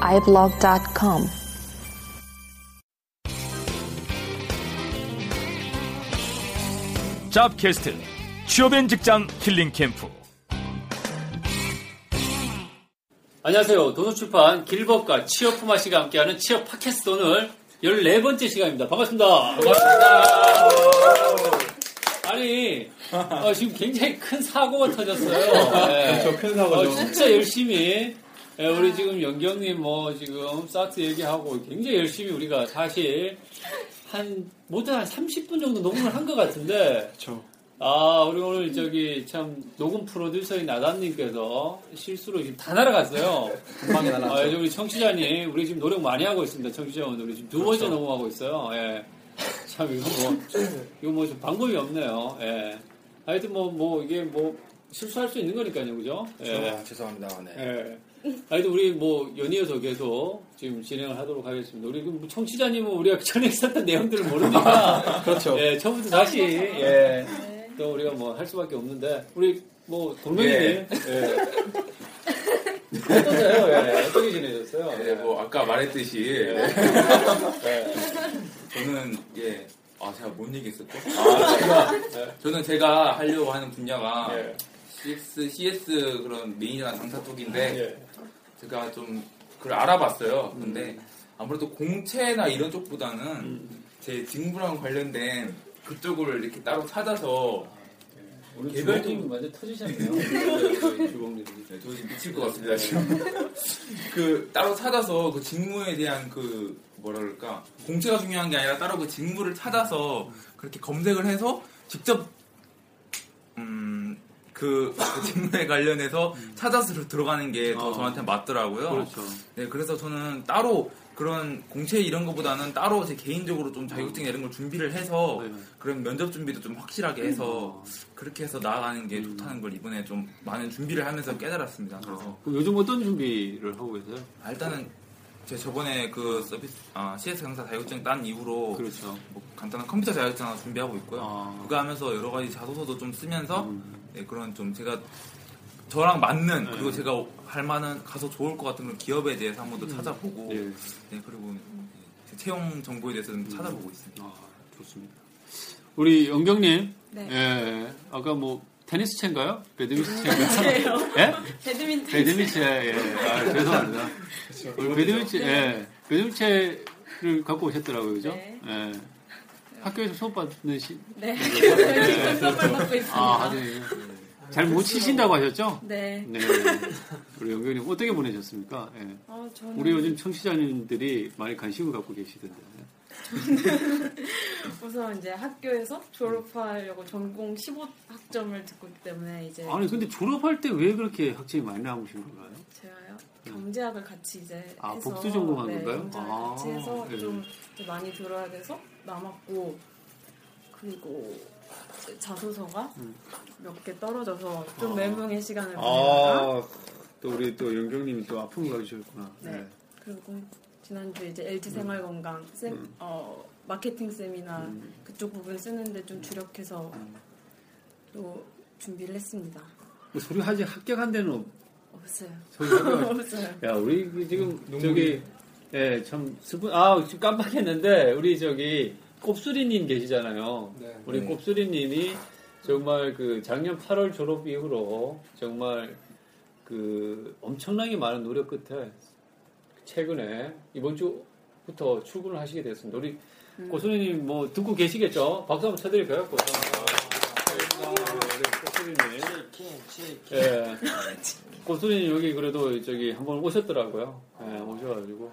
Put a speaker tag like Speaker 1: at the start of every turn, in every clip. Speaker 1: iblog.com.
Speaker 2: 잡캐스트 취업엔 직장 힐링 캠프
Speaker 3: 안녕하세요. 도서출판 길법과 취업 품마 씨가 함께하는 취업 팟캐스트 오늘 14번째 시간입니다. 반갑습니다. 아니, 어, 지금 굉장히 큰 사고가 터졌어요. 네. 저큰 사고죠. 진짜 열심히. 예, 우리 지금 연경님 뭐 지금 사트 얘기하고 굉장히 열심히 우리가 사실 한, 모두 한 30분 정도 녹음을 한 것 같은데. 아, 우리 오늘 저기 참 녹음 프로듀서인 나단님께서 실수로 지금 다 날아갔어요.
Speaker 4: 방에 날아갔죠.
Speaker 3: 아, 요즘 우리 청취자님, 우리 지금 노력 많이 하고 있습니다. 청취자분, 우리 지금 두
Speaker 4: 그렇죠.
Speaker 3: 번째 녹음하고 있어요. 예. 참, 이거 뭐, 이거 뭐 좀 방법이 없네요. 예. 하여튼 뭐, 뭐, 이게 뭐, 실수할 수 있는 거니까요, 그죠? 예.
Speaker 4: 아, 죄송합니다. 네.
Speaker 3: 예. 하여튼 우리 뭐, 연이어서 계속 지금 진행을 하도록 하겠습니다. 우리 그 청취자님은 우리가 전에 있었던 내용들을 모르니까.
Speaker 4: 그렇죠.
Speaker 3: 예, 처음부터 다시, 예. 또 우리가 뭐 할 수밖에 없는데, 우리 뭐, 동명이님. 예.
Speaker 4: 예.
Speaker 3: 어떠세요? 예. 어떻게 지내셨어요?
Speaker 5: 네, 뭐 아까 말했듯이 네. 저는 예. 아 제가 뭔 얘기했었죠? 아, 제가 저는 제가 하려고 하는 분야가
Speaker 4: 네.
Speaker 3: 예.
Speaker 5: CS, CS 그런 메인이나 강사 쪽인데
Speaker 3: 예.
Speaker 4: 네.
Speaker 5: 제가 좀 그걸 알아봤어요.
Speaker 4: 음.
Speaker 5: 근데 아무래도 공채나 이런 쪽보다는
Speaker 4: 음.
Speaker 5: 제 직무랑 관련된 그쪽을 이렇게 따로 찾아서
Speaker 3: 오늘
Speaker 5: 개별적인-
Speaker 3: 개별적인 완전 터지셨네요. 네, 주범님.
Speaker 5: 네, 저 지금 미칠 것 같습니다 지금. 그 따로 찾아서 그 직무에 대한 그 뭐랄까 공채가 중요한 게 아니라 따로 그 직무를 찾아서 그렇게 검색을 해서 직접 음, 음그 직무에 관련해서 찾아서 들어가는 게 더
Speaker 3: 음. 어.
Speaker 5: 저한테 맞더라고요.
Speaker 3: 그렇죠.
Speaker 5: 네, 그래서 저는 따로 그런 공채 이런 거보다는 따로 제 개인적으로 좀 자격증 이런 걸 준비를 해서
Speaker 3: 네.
Speaker 5: 그런 면접 준비도 좀 확실하게 해서 그렇게 해서 나아가는 게 좋다는 걸 이번에 좀 많은 준비를 하면서 깨달았습니다. 그래서
Speaker 3: 그럼 요즘 어떤 준비를 하고 계세요?
Speaker 5: 아, 일단은 제 저번에 그 서비스 아, CS 강사 자격증 딴 이후로
Speaker 3: 그렇죠.
Speaker 5: 뭐 간단한 컴퓨터 자격증 하나 준비하고 있고요.
Speaker 3: 아.
Speaker 5: 그거 하면서 여러 가지 자소서도 좀 쓰면서 네, 그런 좀 제가 저랑 맞는 그리고 제가 할 만한 가서 좋을 것 같은 그런 기업에 대해서 한번 더 찾아보고
Speaker 3: 예.
Speaker 5: 네, 그리고 제 채용 정보에 대해서 좀 찾아보고 있습니다.
Speaker 3: 아, 좋습니다. 우리 영경님.
Speaker 6: 네.
Speaker 3: 예. 아까 뭐, 테니스 채인가요? 배드민턴 채인가요? 예?
Speaker 6: 배드민턴.
Speaker 3: 배드민턴 채, 예. 아, 죄송합니다. 우리 배드민턴 채, 예. 배드민턴 채를 갖고 오셨더라고요, 그죠?
Speaker 6: 네.
Speaker 3: 예. 학교에서 수업 받는 시,
Speaker 6: 네. 지금 수업을 받고
Speaker 3: 아,
Speaker 6: 있습니다.
Speaker 3: 아니. 잘못 치신다고 하셨죠?
Speaker 6: 네.
Speaker 3: 네. 우리 영경님, 어떻게 보내셨습니까? 예.
Speaker 6: 어, 저는
Speaker 3: 우리 요즘 청취자님들이 많이 관심을 갖고 계시던데.
Speaker 6: 우선 이제 학교에서 졸업하려고 전공 15학점을 듣고 있기 때문에 이제
Speaker 3: 아니, 근데 졸업할 때 왜 그렇게 학점이 많이 나오신 건가요?
Speaker 6: 제가요 경제학을 같이 이제
Speaker 3: 아,
Speaker 6: 해서
Speaker 3: 복수 전공한
Speaker 6: 네,
Speaker 3: 건가요?
Speaker 6: 경제학을
Speaker 3: 아,
Speaker 6: 같이 해서
Speaker 3: 네.
Speaker 6: 좀 이제 많이 들어야 돼서 남았고 그리고 이제 자소서가
Speaker 3: 음.
Speaker 6: 몇 개 떨어져서 좀
Speaker 3: 아.
Speaker 6: 멘붕의 시간을 보내다가
Speaker 3: 또 우리 또 영경님이 또 아픔을 가지셨구나.
Speaker 6: 네. 그리고 지난주에 이제 LG 생활 건강 세- 어, 마케팅 세미나 그쪽 부분 쓰는데 좀 주력해서 또 준비를 했습니다.
Speaker 3: 뭐 소리 하지 합격한 데는 없.
Speaker 6: 없어요.
Speaker 3: 소리 합격.
Speaker 6: 없어요.
Speaker 3: 야, 우리 그 지금 저기 예, 참 스분 아, 지금 깜빡했는데 우리 저기 곱수리님 계시잖아요. 우리 곱수리님이 정말 그 작년 8월 졸업 이후로 정말 그 엄청나게 많은 노력 끝에 최근에 이번 주부터 출근을 하시게 됐습니다. 우리 고수리님 뭐 듣고 계시겠죠? 박수 한번 쳐드릴까요? 고수. 고수리님. 예. 고수리님 여기 그래도 저기 한번 오셨더라고요. 예, 오셔가지고.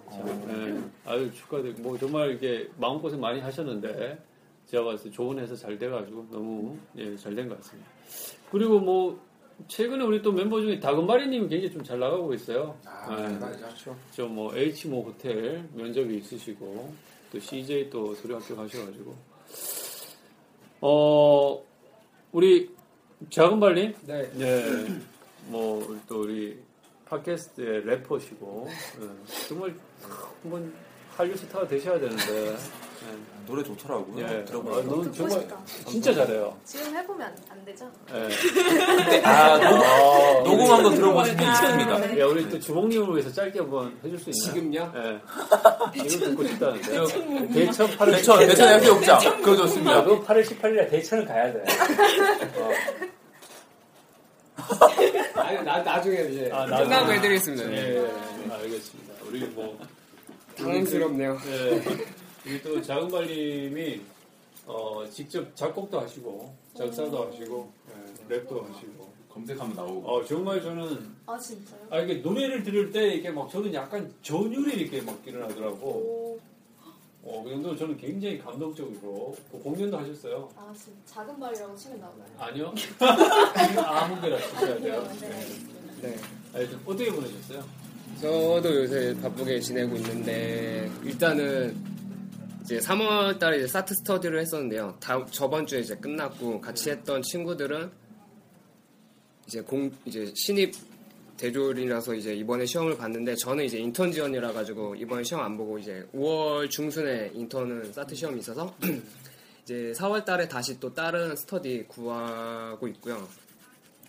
Speaker 3: 예, 아유 축하드리고 뭐 정말 이렇게 마음 고생 많이 하셨는데 제가 봤을 때 좋은 회사 잘 돼가지고 너무 예, 잘 된 것 같습니다. 그리고 뭐 최근에 우리 또 멤버 중에 다금바리님이 굉장히 좀 잘 나가고 있어요.
Speaker 5: 아,
Speaker 3: 네.
Speaker 5: 그렇죠.
Speaker 3: 저 뭐 H 모 호텔 면접이 있으시고 또 CJ 또 소리학교 가셔가지고 어 우리 작은발님 예,
Speaker 4: 네.
Speaker 3: 네뭐또 우리 팟캐스트의 래퍼시고 예, 정말 한번 한류 스타가 되셔야 되는데
Speaker 5: 아, 노래 좋더라고요.
Speaker 3: 예, 예. 아,
Speaker 5: 들어보니까.
Speaker 3: 너는 정말 진짜 잘해요.
Speaker 6: 지금 해보면 안 되죠?
Speaker 3: 예.
Speaker 5: 아, 녹-
Speaker 3: 아,
Speaker 5: 녹음한 거 들어보시면 있습니다.
Speaker 6: 네.
Speaker 3: 야 예, 우리 또 주봉님을 위해서 짧게 한번 해줄 수 있나요?
Speaker 4: 지금요?
Speaker 3: 예. 지금 듣고 싶다는데 대천 8월
Speaker 5: 대천, 대천 양욕장 그거 좋습니다.
Speaker 3: 나도 8월 18일에 대천을 가야 돼.
Speaker 4: 아니, 나, 나중에 이제
Speaker 3: 아, 나중에.
Speaker 4: 끝나고 해드리겠습니다.
Speaker 3: 예,
Speaker 4: 네.
Speaker 3: 예, 예. 알겠습니다. 우리 뭐,
Speaker 4: 당황스럽네요.
Speaker 3: 예. 우리 또 자은발님이 어, 직접 작곡도 하시고, 작사도 하시고, 예, 랩도 하시고.
Speaker 5: 검색하면 나오고.
Speaker 3: 어, 정말 저는,
Speaker 6: 아 진짜요?
Speaker 3: 아, 이게 노래를 들을 때 이게 막 저는 약간 전율이 이렇게 막 일어나더라고.
Speaker 6: 오,
Speaker 3: 어, 그 정도로 저는 굉장히 감동적이고, 그 공연도 하셨어요.
Speaker 6: 아 진짜 작은 발이라고 치면 나오나요?
Speaker 3: 아니요. 아무 데나 주셔야 돼요.
Speaker 4: 네.
Speaker 3: 하여튼 어떻게 보내셨어요?
Speaker 4: 저도 요새 바쁘게 지내고 있는데 일단은 이제 3월달에 이제 사트 스터디를 했었는데요. 다 저번 주에 이제 끝났고 같이 했던 친구들은 이제 공 이제 신입 대졸이라서 이제 이번에 시험을 봤는데 저는 이제 인턴 지원이라 가지고 이번에 시험 안 보고 이제 5월 중순에 인턴은 사트 시험이 있어서 이제 4월달에 다시 또 다른 스터디 구하고 있고요.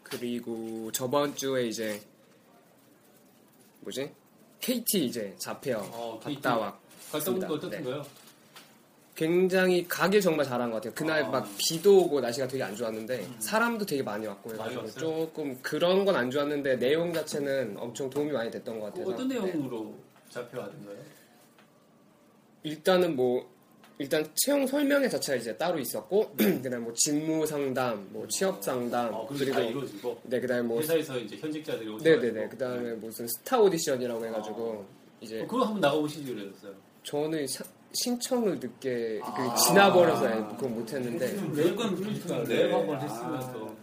Speaker 4: 그리고 저번 주에 이제 뭐지? KT 이제 자폐어
Speaker 3: 어, KT.
Speaker 4: 갔다 왔
Speaker 3: 갔다 온거
Speaker 4: 맞습니다. 네.
Speaker 3: 어떻던가요?
Speaker 4: 굉장히 가길 정말 잘한 것 같아요. 그날
Speaker 3: 아. 음.
Speaker 4: 막 비도 오고 날씨가 되게 안 좋았는데 사람도 되게 많이 왔고
Speaker 3: 많이
Speaker 4: 해가지고
Speaker 3: 왔어요?
Speaker 4: 조금 그런 건 안 좋았는데 내용 자체는 엄청 도움이 많이 됐던 것 같아서
Speaker 3: 어떤
Speaker 4: 네.
Speaker 3: 내용으로 잡혀가던가요?
Speaker 4: 일단은 뭐 일단 채용 설명회 자체가 이제 따로 있었고 그다음 뭐 직무 상담, 뭐 취업 상담
Speaker 3: 어, 그리고 다
Speaker 4: 그리고
Speaker 3: 이루어지고
Speaker 4: 네 그다음 뭐
Speaker 3: 회사에서 뭐 이제 현직자들이 오셔
Speaker 4: 네네네 그다음에 무슨 스타 오디션이라고 해가지고 이제
Speaker 3: 아. 네, 어, 그거 한번 나가보시지 그랬어요.
Speaker 4: 저는 사- 신청을 늦게
Speaker 3: 아.
Speaker 4: 그 지나버려서 그거
Speaker 3: 네,
Speaker 4: 못했는데
Speaker 3: 랩은 랩 한번
Speaker 4: 아,
Speaker 3: 했으면서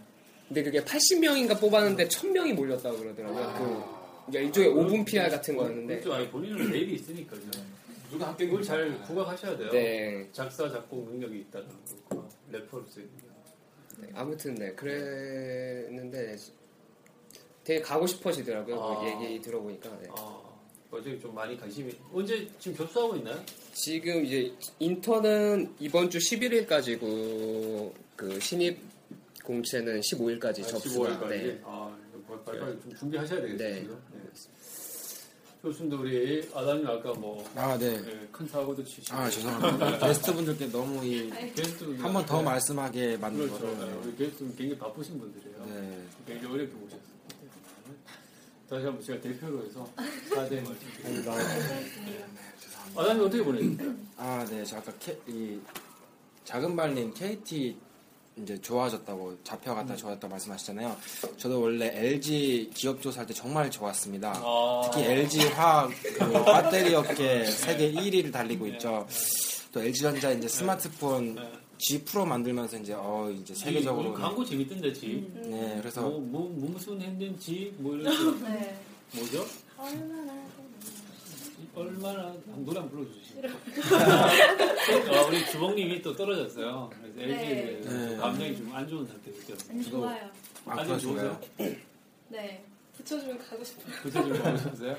Speaker 4: 근데 그게 80명인가 뽑았는데 1000명이 몰렸다고 그러더라고요. 그 그러니까 일종의 5분 PR 같은 거였는데.
Speaker 3: 그쪽 그렇죠. 아니 본인은 랩이 있으니까요. 누가 학교 그걸 잘 부각하셔야 돼요.
Speaker 4: 네.
Speaker 3: 작사 작곡 능력이 있다는 거 래퍼로서 있는 거.
Speaker 4: 네, 아무튼 네. 그랬는데 되게 가고 싶어지더라고요. 그
Speaker 3: 아.
Speaker 4: 얘기 들어보니까. 네.
Speaker 3: 아, 어제 좀 많이 관심이 언제 지금 접수하고 있나요?
Speaker 4: 네, 지금 이제 인턴은 이번 주 11일까지고 그 신입 공채는 15일까지
Speaker 3: 아,
Speaker 4: 접수가
Speaker 3: 15일까지.
Speaker 4: 네.
Speaker 3: 아, 이거 빨리 빨리 좀 준비하셔야 되겠어요.
Speaker 4: 네.
Speaker 3: 지금. 네. 좋습니다. 우리 아담님 아까 뭐
Speaker 7: 아, 네.
Speaker 3: 예, 큰 사고도 치시고
Speaker 7: 아, 죄송합니다. 게스트 분들께 너무
Speaker 3: 게스트
Speaker 7: 한 번 더
Speaker 4: 네.
Speaker 7: 말씀하게 만든
Speaker 3: 그렇죠. 네.
Speaker 7: 거를.
Speaker 3: 우리 게스트는 굉장히 바쁘신 분들이에요.
Speaker 7: 네.
Speaker 3: 굉장히 어렵게 모셨어요. 다시 한번 제가 대표로 해서 4대 말씀드립니다. 아담님 어떻게 보내셨어요?
Speaker 8: 음,
Speaker 7: 아, 네. 저 아까 K, 이 작은 발님 KT 이제 좋아졌다고 잡혀갔다 좋아졌다고 말씀하셨잖아요. 저도 원래 LG 기업 조사할 때 정말 좋았습니다.
Speaker 3: 아,
Speaker 7: 특히 LG 화학 그 배터리 업계 세계 1위를 달리고 있죠. 또 LG 전자 이제 스마트폰 G 프로 만들면서 이제 어 이제
Speaker 3: 이
Speaker 7: 세계적으로
Speaker 3: 광고 재밌던데 지.
Speaker 7: 네 그래서
Speaker 3: 뭐, 뭐, 뭐 무슨 했는지 뭐 이런 거.
Speaker 6: 네.
Speaker 3: 뭐죠?
Speaker 6: 얼마나
Speaker 3: 얼마나 아, 노래 안 불러주시죠? 아, 우리 주봉님이 또 떨어졌어요. 그래서 LG에 대해서
Speaker 7: 네.
Speaker 3: 감정이 좀 안 좋은 상태였죠.
Speaker 6: 아니 좋아요.
Speaker 7: 아
Speaker 3: 아니,
Speaker 7: 그좋아요
Speaker 6: 네. 붙여주면 가고 싶어요.
Speaker 3: 그때 좀 보셨어요?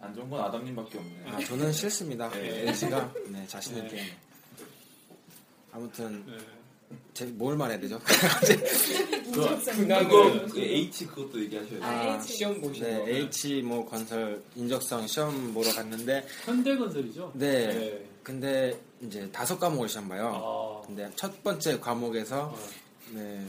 Speaker 5: 안 좋은 건 아담님밖에 없네.
Speaker 7: 아, 저는 싫습니다.
Speaker 3: 네.
Speaker 7: LG가 네, 자신의
Speaker 3: 네.
Speaker 7: 게임. 아무튼
Speaker 3: 네.
Speaker 7: 제, 뭘 말해야 되죠?
Speaker 5: 그거 그 H 그것도 얘기하셔야 돼요.
Speaker 7: 아,
Speaker 4: 시험 보시는
Speaker 7: 네,
Speaker 4: 거예요?
Speaker 7: H 뭐 건설 인적성 시험 보러 갔는데
Speaker 3: 현대건설이죠?
Speaker 7: 네. 근데 이제 다섯 과목을 시험 봐요.
Speaker 3: 아,
Speaker 7: 근데 첫 번째 과목에서
Speaker 3: 어.
Speaker 7: 네,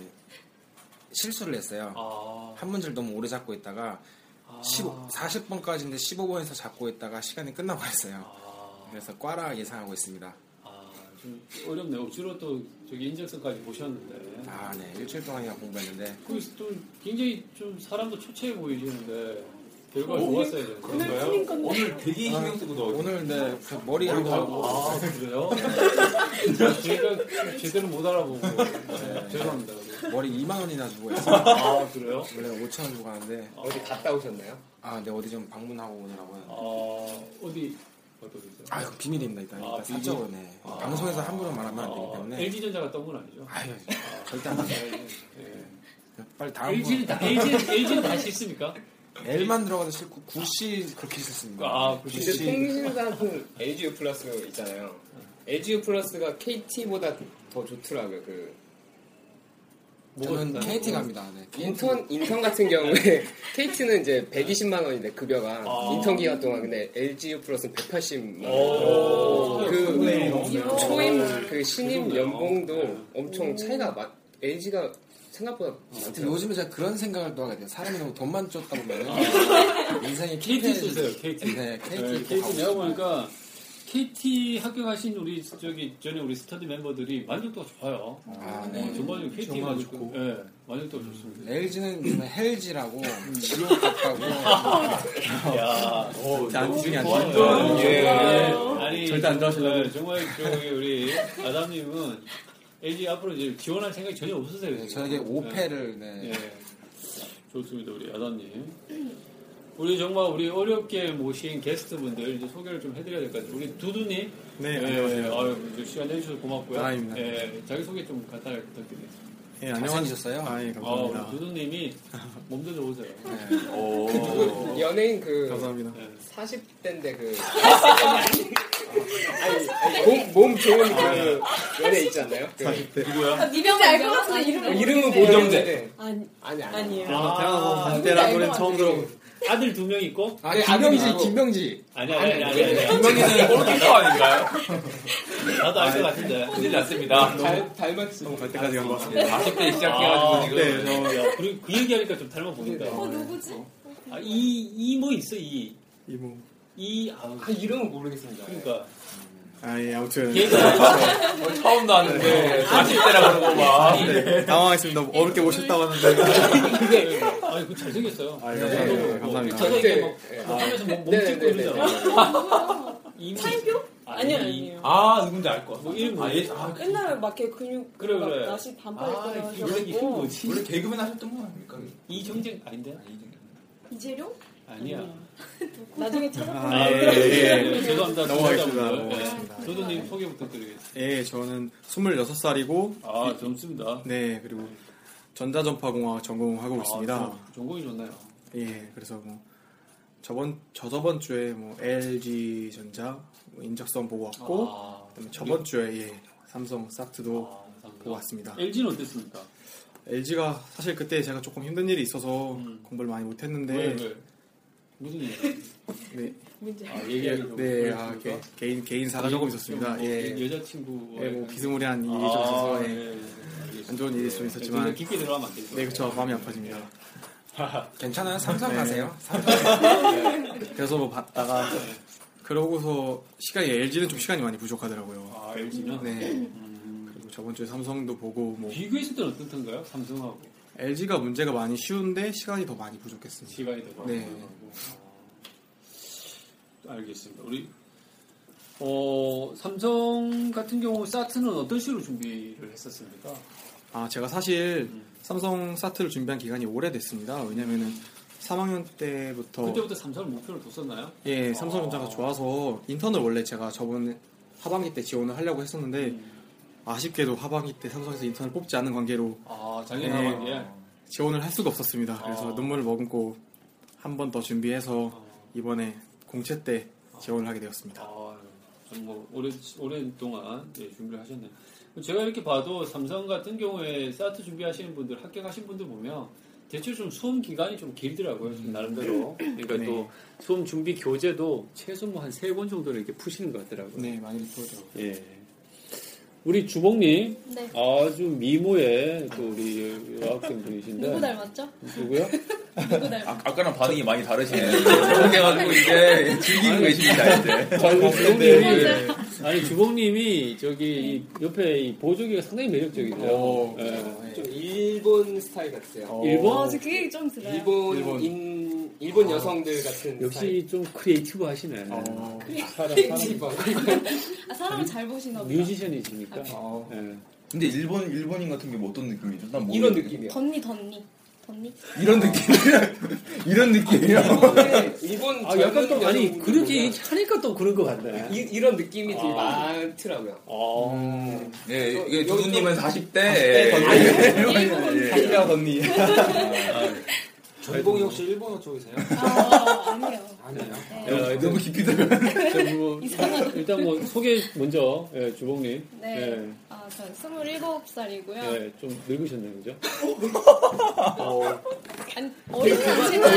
Speaker 7: 실수를 했어요.
Speaker 3: 아,
Speaker 7: 한 문제를 너무 오래 잡고 있다가
Speaker 4: 아.
Speaker 7: 15, 40번까지인데 15번에서 잡고 있다가 시간이 끝나고 했어요.
Speaker 3: 아,
Speaker 7: 그래서 과라 예상하고 있습니다.
Speaker 3: 아, 좀 어렵네요. 주로 또 저기 인적성까지 보셨는데.
Speaker 7: 아,
Speaker 9: 그
Speaker 7: 네. 일주일 동안이나 공부했는데
Speaker 3: 그또 굉장히 좀 사람도 초췌해 보이시는데
Speaker 9: 결과가 좋았어야 되는데.
Speaker 8: 그런가요?
Speaker 5: 아,
Speaker 8: 오늘 되게 신경 쓰고 넣었어요.
Speaker 5: 오늘 네, 그 머리 한 거 하고
Speaker 9: 아, 그래요? 제가 제대로 못 알아보고. 네, 죄송합니다.
Speaker 5: 머리 2만 원이나 주고 했어요.
Speaker 9: 아, 그래요?
Speaker 5: 원래 5천 원 주고 하는데
Speaker 4: 아, 어디 갔다 오셨나요?
Speaker 5: 아, 네 어디 좀 방문하고 오느라고요.
Speaker 9: 아, 어디, 어떠세요?
Speaker 5: 아, 이거 비밀입니다. 일단,
Speaker 9: 아,
Speaker 5: 일단
Speaker 9: 비밀?
Speaker 5: 사적으로 네. 방송에서 함부로 말하면 안 되기
Speaker 9: 아.
Speaker 5: 때문에.
Speaker 9: LG전자 갔다 온 건 아니죠?
Speaker 5: 아유, 절대 안 돼요.
Speaker 9: 네.
Speaker 5: 빨리 다음
Speaker 9: LG는 다, LG는, LG는 다 실습니까?
Speaker 5: L만 들어가도 싫고 굿이 그렇게 있었습니다.
Speaker 9: 아, 굿이.
Speaker 4: 이제
Speaker 5: 굿이.
Speaker 4: 통신사는 LGU 플러스 있잖아요. LGU 플러스가 KT보다 더 좋더라고요. 그
Speaker 5: 저는
Speaker 9: 뭐가
Speaker 5: KT 갑니다. 네.
Speaker 4: 인턴 인턴 같은 경우에 KT는 이제 120만 원인데 급여가
Speaker 9: 아.
Speaker 4: 인턴 기간 동안 근데 LGU 플러스는 180만
Speaker 9: 오.
Speaker 4: 원.
Speaker 9: 네.
Speaker 5: 네.
Speaker 4: 그 초임 그 신임 연봉도 엄청 차이가 많. LG가 생각보다
Speaker 5: 근데
Speaker 4: 많더라고요.
Speaker 5: 요즘에 제가 그런 생각을 또 하게 돼요. 사람이 너무 돈만 쫓다 보면
Speaker 4: 아.
Speaker 5: 인생이
Speaker 9: KT 쓰세요, KT.
Speaker 5: 네,
Speaker 9: 네,
Speaker 5: KT
Speaker 9: KT 내가
Speaker 5: 고
Speaker 9: 보니까 KT 합격하신 우리 저기 전에 우리 스터디 멤버들이 만족도가 좋아요.
Speaker 5: 아,
Speaker 9: 어,
Speaker 5: 네.
Speaker 9: 정말 KT
Speaker 5: 정말
Speaker 9: 만족도,
Speaker 5: 좋고.
Speaker 9: 예, 만족도가 좋습니다.
Speaker 5: LG는 요즘에 헬지라고
Speaker 3: 음.
Speaker 5: 지옥 같다고 네.
Speaker 9: 야,
Speaker 5: 어,
Speaker 9: 오,
Speaker 5: 자, 안 중요하죠.
Speaker 9: 어, 좋아요.
Speaker 5: 예.
Speaker 9: 아니,
Speaker 5: 절대 안 좋아하시려고.
Speaker 9: 예, 정말 저기 우리 아담님은 LG 앞으로 이제 지원할 생각이 전혀 없으세요.
Speaker 5: 네,
Speaker 9: 지금.
Speaker 5: 저에게
Speaker 9: 예.
Speaker 5: 5패를 네.
Speaker 9: 예. 좋습니다, 우리 아담님. 우리 정말 우리 어렵게 모신 게스트분들 이제 소개를 좀 해드려야 될 것 같아요. 우리 두두님.
Speaker 3: 네,
Speaker 9: 예,
Speaker 3: 안녕하세요.
Speaker 9: 아유, 이제 시간 내주셔서 고맙고요.
Speaker 3: 아닙니다.
Speaker 9: 예, 자기소개 좀 간단하게 부탁드리겠습니다.
Speaker 3: 예,
Speaker 5: 잘생기셨어요?
Speaker 3: 아, 예,
Speaker 9: 아,
Speaker 3: 감사합니다.
Speaker 9: 우리 두두님이 몸도 좋으세요.
Speaker 4: 그 연예인 그
Speaker 3: 감사합니다.
Speaker 4: 40대인데 그 아니, 아니, 몸, 몸 좋은
Speaker 3: 네.
Speaker 4: 그 연애 있지 않나요? 그
Speaker 6: 이병재 알것 같은데
Speaker 4: 이름은 모르는데
Speaker 6: 아니
Speaker 4: 아니 아니
Speaker 6: 아니에요.
Speaker 3: 아, 태어나서
Speaker 6: 뭔지 알것
Speaker 3: 반대라고는
Speaker 6: 같아.
Speaker 3: 처음 들어보고.
Speaker 9: 아들 두 명 있고?
Speaker 5: 아,
Speaker 4: 네,
Speaker 5: 김병지,
Speaker 4: 아들이라고.
Speaker 5: 김병지.
Speaker 9: 아니, 아니, 아니, 아니. 아니.
Speaker 8: 김명희는 골키퍼 아닌가요?
Speaker 9: 나도 알 것 같은데. 아,
Speaker 8: 큰일 났습니다.
Speaker 4: 닮- 닮았지
Speaker 3: 갈 때까지 간 것 같습니다.
Speaker 8: 40대 네, 시작해가지고 지금
Speaker 3: 네,
Speaker 9: 저, 아, 야, 그리고 그 얘기하니까 좀 닮아 보인다.
Speaker 6: 어 누구지?
Speaker 9: 아, 이, 이 뭐 있어, 이.
Speaker 3: 이모.
Speaker 9: 이, 아우.
Speaker 4: 아 이름은 모르겠습니다
Speaker 9: 그러니까.
Speaker 3: 아, 예, 아무튼.
Speaker 9: 얘가
Speaker 3: 뭐
Speaker 8: 어, 처음 나왔는데 40대라고 그러고 막
Speaker 3: 당황했습니다. 어렵게 오셨다고 하는데.
Speaker 9: 근데 아니 그 잘생겼어요.
Speaker 3: 네. 아, 예,
Speaker 9: 뭐,
Speaker 3: 감사합니다. 감사합니다.
Speaker 9: 잘생긴 막
Speaker 4: 네.
Speaker 9: 뭐 하면서 뭐
Speaker 4: 네,
Speaker 9: 몸찍고
Speaker 4: 네,
Speaker 9: 이러잖아. 차인표?
Speaker 6: 아니요 아니에요.
Speaker 8: 아 누군지 알 것 같아.
Speaker 9: 뭐 이름 뭐지? 아,
Speaker 6: 옛날에 막게 근육
Speaker 9: 그래,
Speaker 6: 막
Speaker 9: 그래.
Speaker 6: 나시 반팔 입고
Speaker 8: 아,
Speaker 9: 이 이름 이름
Speaker 6: 나오셔가지고
Speaker 9: 뭐지?
Speaker 8: 원래 개그맨 하셨던 거 아닙니까?
Speaker 9: 이정재 아닌데?
Speaker 6: 이재룡?
Speaker 9: 아니야. 네,
Speaker 6: 나중에 찾아.
Speaker 3: 아, 예, 예.
Speaker 9: 죄송합니다.
Speaker 3: 넘어가겠습니다.
Speaker 9: 죄송합니다.
Speaker 3: 넘어가겠습니다.
Speaker 9: 네. 도도님 소개 부탁드리겠습니다.
Speaker 3: 예, 저는 26살이고,
Speaker 9: 아 젊습니다.
Speaker 3: 네, 그리고 전자전파공학 전공하고 있습니다.
Speaker 9: 아, 전공이 좋나요?
Speaker 3: 예, 그래서 뭐 저번 저저번 주에 뭐 LG 전자 뭐 인적성 보고 왔고
Speaker 9: 아,
Speaker 3: 그다음에 저번 주에 예, 삼성 사트도
Speaker 9: 아, 감사합니다.
Speaker 3: 보고 왔습니다.
Speaker 9: LG는 어땠습니까?
Speaker 3: LG가 사실 그때 제가 조금 힘든 일이 있어서 공부를 많이 못했는데 예,
Speaker 9: 왜, 왜? 무슨 일?
Speaker 3: 네,
Speaker 9: 아,
Speaker 3: 예,
Speaker 9: 얘기를 좀
Speaker 3: 네,
Speaker 9: 보여주십니까?
Speaker 3: 아, 개, 개인 개인사가 조금 있었습니다.
Speaker 9: 뭐
Speaker 3: 예,
Speaker 9: 여자친구.
Speaker 3: 예, 뭐 비스무리한
Speaker 9: 아,
Speaker 3: 일이 좀 있어서 예. 안 좋은 일이 좀 있었지만.
Speaker 9: 깊게 들어가면 안 네, 되죠.
Speaker 3: 네, 그쵸 마음이 아파집니다.
Speaker 5: 괜찮아요?
Speaker 3: 네.
Speaker 5: 삼성하세요.
Speaker 3: 그래서 뭐 봤다가 그러고서 시간이 LG는 좀 시간이 많이 부족하더라고요.
Speaker 9: 아, LG는?
Speaker 3: 네. 그리고 저번 주에 삼성도 보고 뭐
Speaker 9: 비교했을 때는 어떻던가요? 삼성하고
Speaker 3: LG가 문제가 많이 쉬운데 시간이 더 많이 부족했습니다.
Speaker 9: 시간이 더 많이
Speaker 3: 네.
Speaker 9: 들어가고. 아, 알겠습니다. 우리 어, 삼성 같은 경우 사트는 어떤 식으로 준비를 했었습니까?
Speaker 3: 아 제가 사실 삼성 사트를 준비한 기간이 오래됐습니다. 왜냐면은 3학년 때부터
Speaker 9: 그때부터 삼성을 목표로 뒀었나요?
Speaker 3: 예 삼성전자가
Speaker 9: 아.
Speaker 3: 좋아서 인턴을 원래 제가 저번 하반기 때 지원을 하려고 했었는데
Speaker 9: 음.
Speaker 3: 아쉽게도 하반기 때 삼성에서 인턴을 뽑지 않은 관계로
Speaker 9: 아, 작년
Speaker 3: 네.
Speaker 9: 하반기에
Speaker 3: 지원을 할 수가 없었습니다. 그래서
Speaker 9: 아.
Speaker 3: 눈물을 머금고 한 번 더 준비해서 이번에 공채 때 지원을 하게 되었습니다.
Speaker 9: 아, 정말 오랜 오랜 동안 예, 준비를 하셨네요. 그럼 제가 이렇게 봐도 삼성 같은 경우에 사트 준비하시는 분들 합격하신 분들 보면 대체 좀 수험 기간이 좀 길더라고요.
Speaker 3: 음.
Speaker 9: 좀 나름대로. 그러니까
Speaker 3: 네.
Speaker 9: 또 수험 준비 교재도 최소 뭐 한 세 권 정도를 이렇게 푸시는 것 같더라고요.
Speaker 3: 네 많이 보죠.
Speaker 9: 예. 우리 주봉님
Speaker 6: 네.
Speaker 9: 아주 미모의 또 우리 여학생분이신데
Speaker 6: 누구 닮았죠?
Speaker 9: 누구요?
Speaker 6: 누구 닮았죠?
Speaker 8: 아, 아까랑 반응이 많이
Speaker 3: 네. 아,
Speaker 8: 다르시네요. 적응해가지고 이제 즐기고 계십니다, 이제.
Speaker 9: 잘 모르겠는데
Speaker 3: 아니 주봉님이 저기 이 옆에 이 보조기가 상당히
Speaker 10: 어.
Speaker 3: 매력적이세요. 예.
Speaker 5: 네.
Speaker 4: 좀 일본 스타일
Speaker 3: 어,
Speaker 4: 같아요.
Speaker 3: 일본
Speaker 6: 그게 좀 들어요.
Speaker 4: 일본 인 일본 여성들 같은
Speaker 3: 어. 역시 좀 크리에이티브 하시네.
Speaker 10: 어.
Speaker 4: 스타일.
Speaker 6: 아, 사람을 잘 보시나 보다.
Speaker 3: 뮤지션이시니까.
Speaker 10: 아.
Speaker 5: 어.
Speaker 3: 예.
Speaker 10: 근데 일본 일본인 같은 게뭐 어떤 느낌이죠? 난 모르겠-
Speaker 4: 이런 느낌이요.
Speaker 6: 덧니 덧니 덧니.
Speaker 10: 이런 느낌 이런 느낌이요.
Speaker 4: 네, 일본의- 일본
Speaker 3: 아 약간 또 아니
Speaker 4: 젊은
Speaker 3: 그러지
Speaker 4: 여성분들
Speaker 3: 하니까 또 그런 것 같네.
Speaker 4: 보면 이, 이런 느낌이 되게
Speaker 3: 아.
Speaker 4: 많더라고요.
Speaker 3: 어.
Speaker 10: 예,
Speaker 4: 여기
Speaker 10: 이게 두두님은 40대.
Speaker 4: 일본은
Speaker 10: 다리가 건니.
Speaker 7: 전공이 혹시 일본어 쪽이세요?
Speaker 6: 아, 아니에요.
Speaker 7: 아니에요.
Speaker 3: 야,
Speaker 10: 너무 깊이 들어.
Speaker 3: 저 예, 뭐, 일단 뭐 소개 먼저 예, 주봉님.
Speaker 6: 네.
Speaker 3: 예.
Speaker 6: 아, 저 27살이고요.
Speaker 3: 예, 좀 늙으셨네요, 그죠?
Speaker 6: 아. 아니, 어리진 않지만,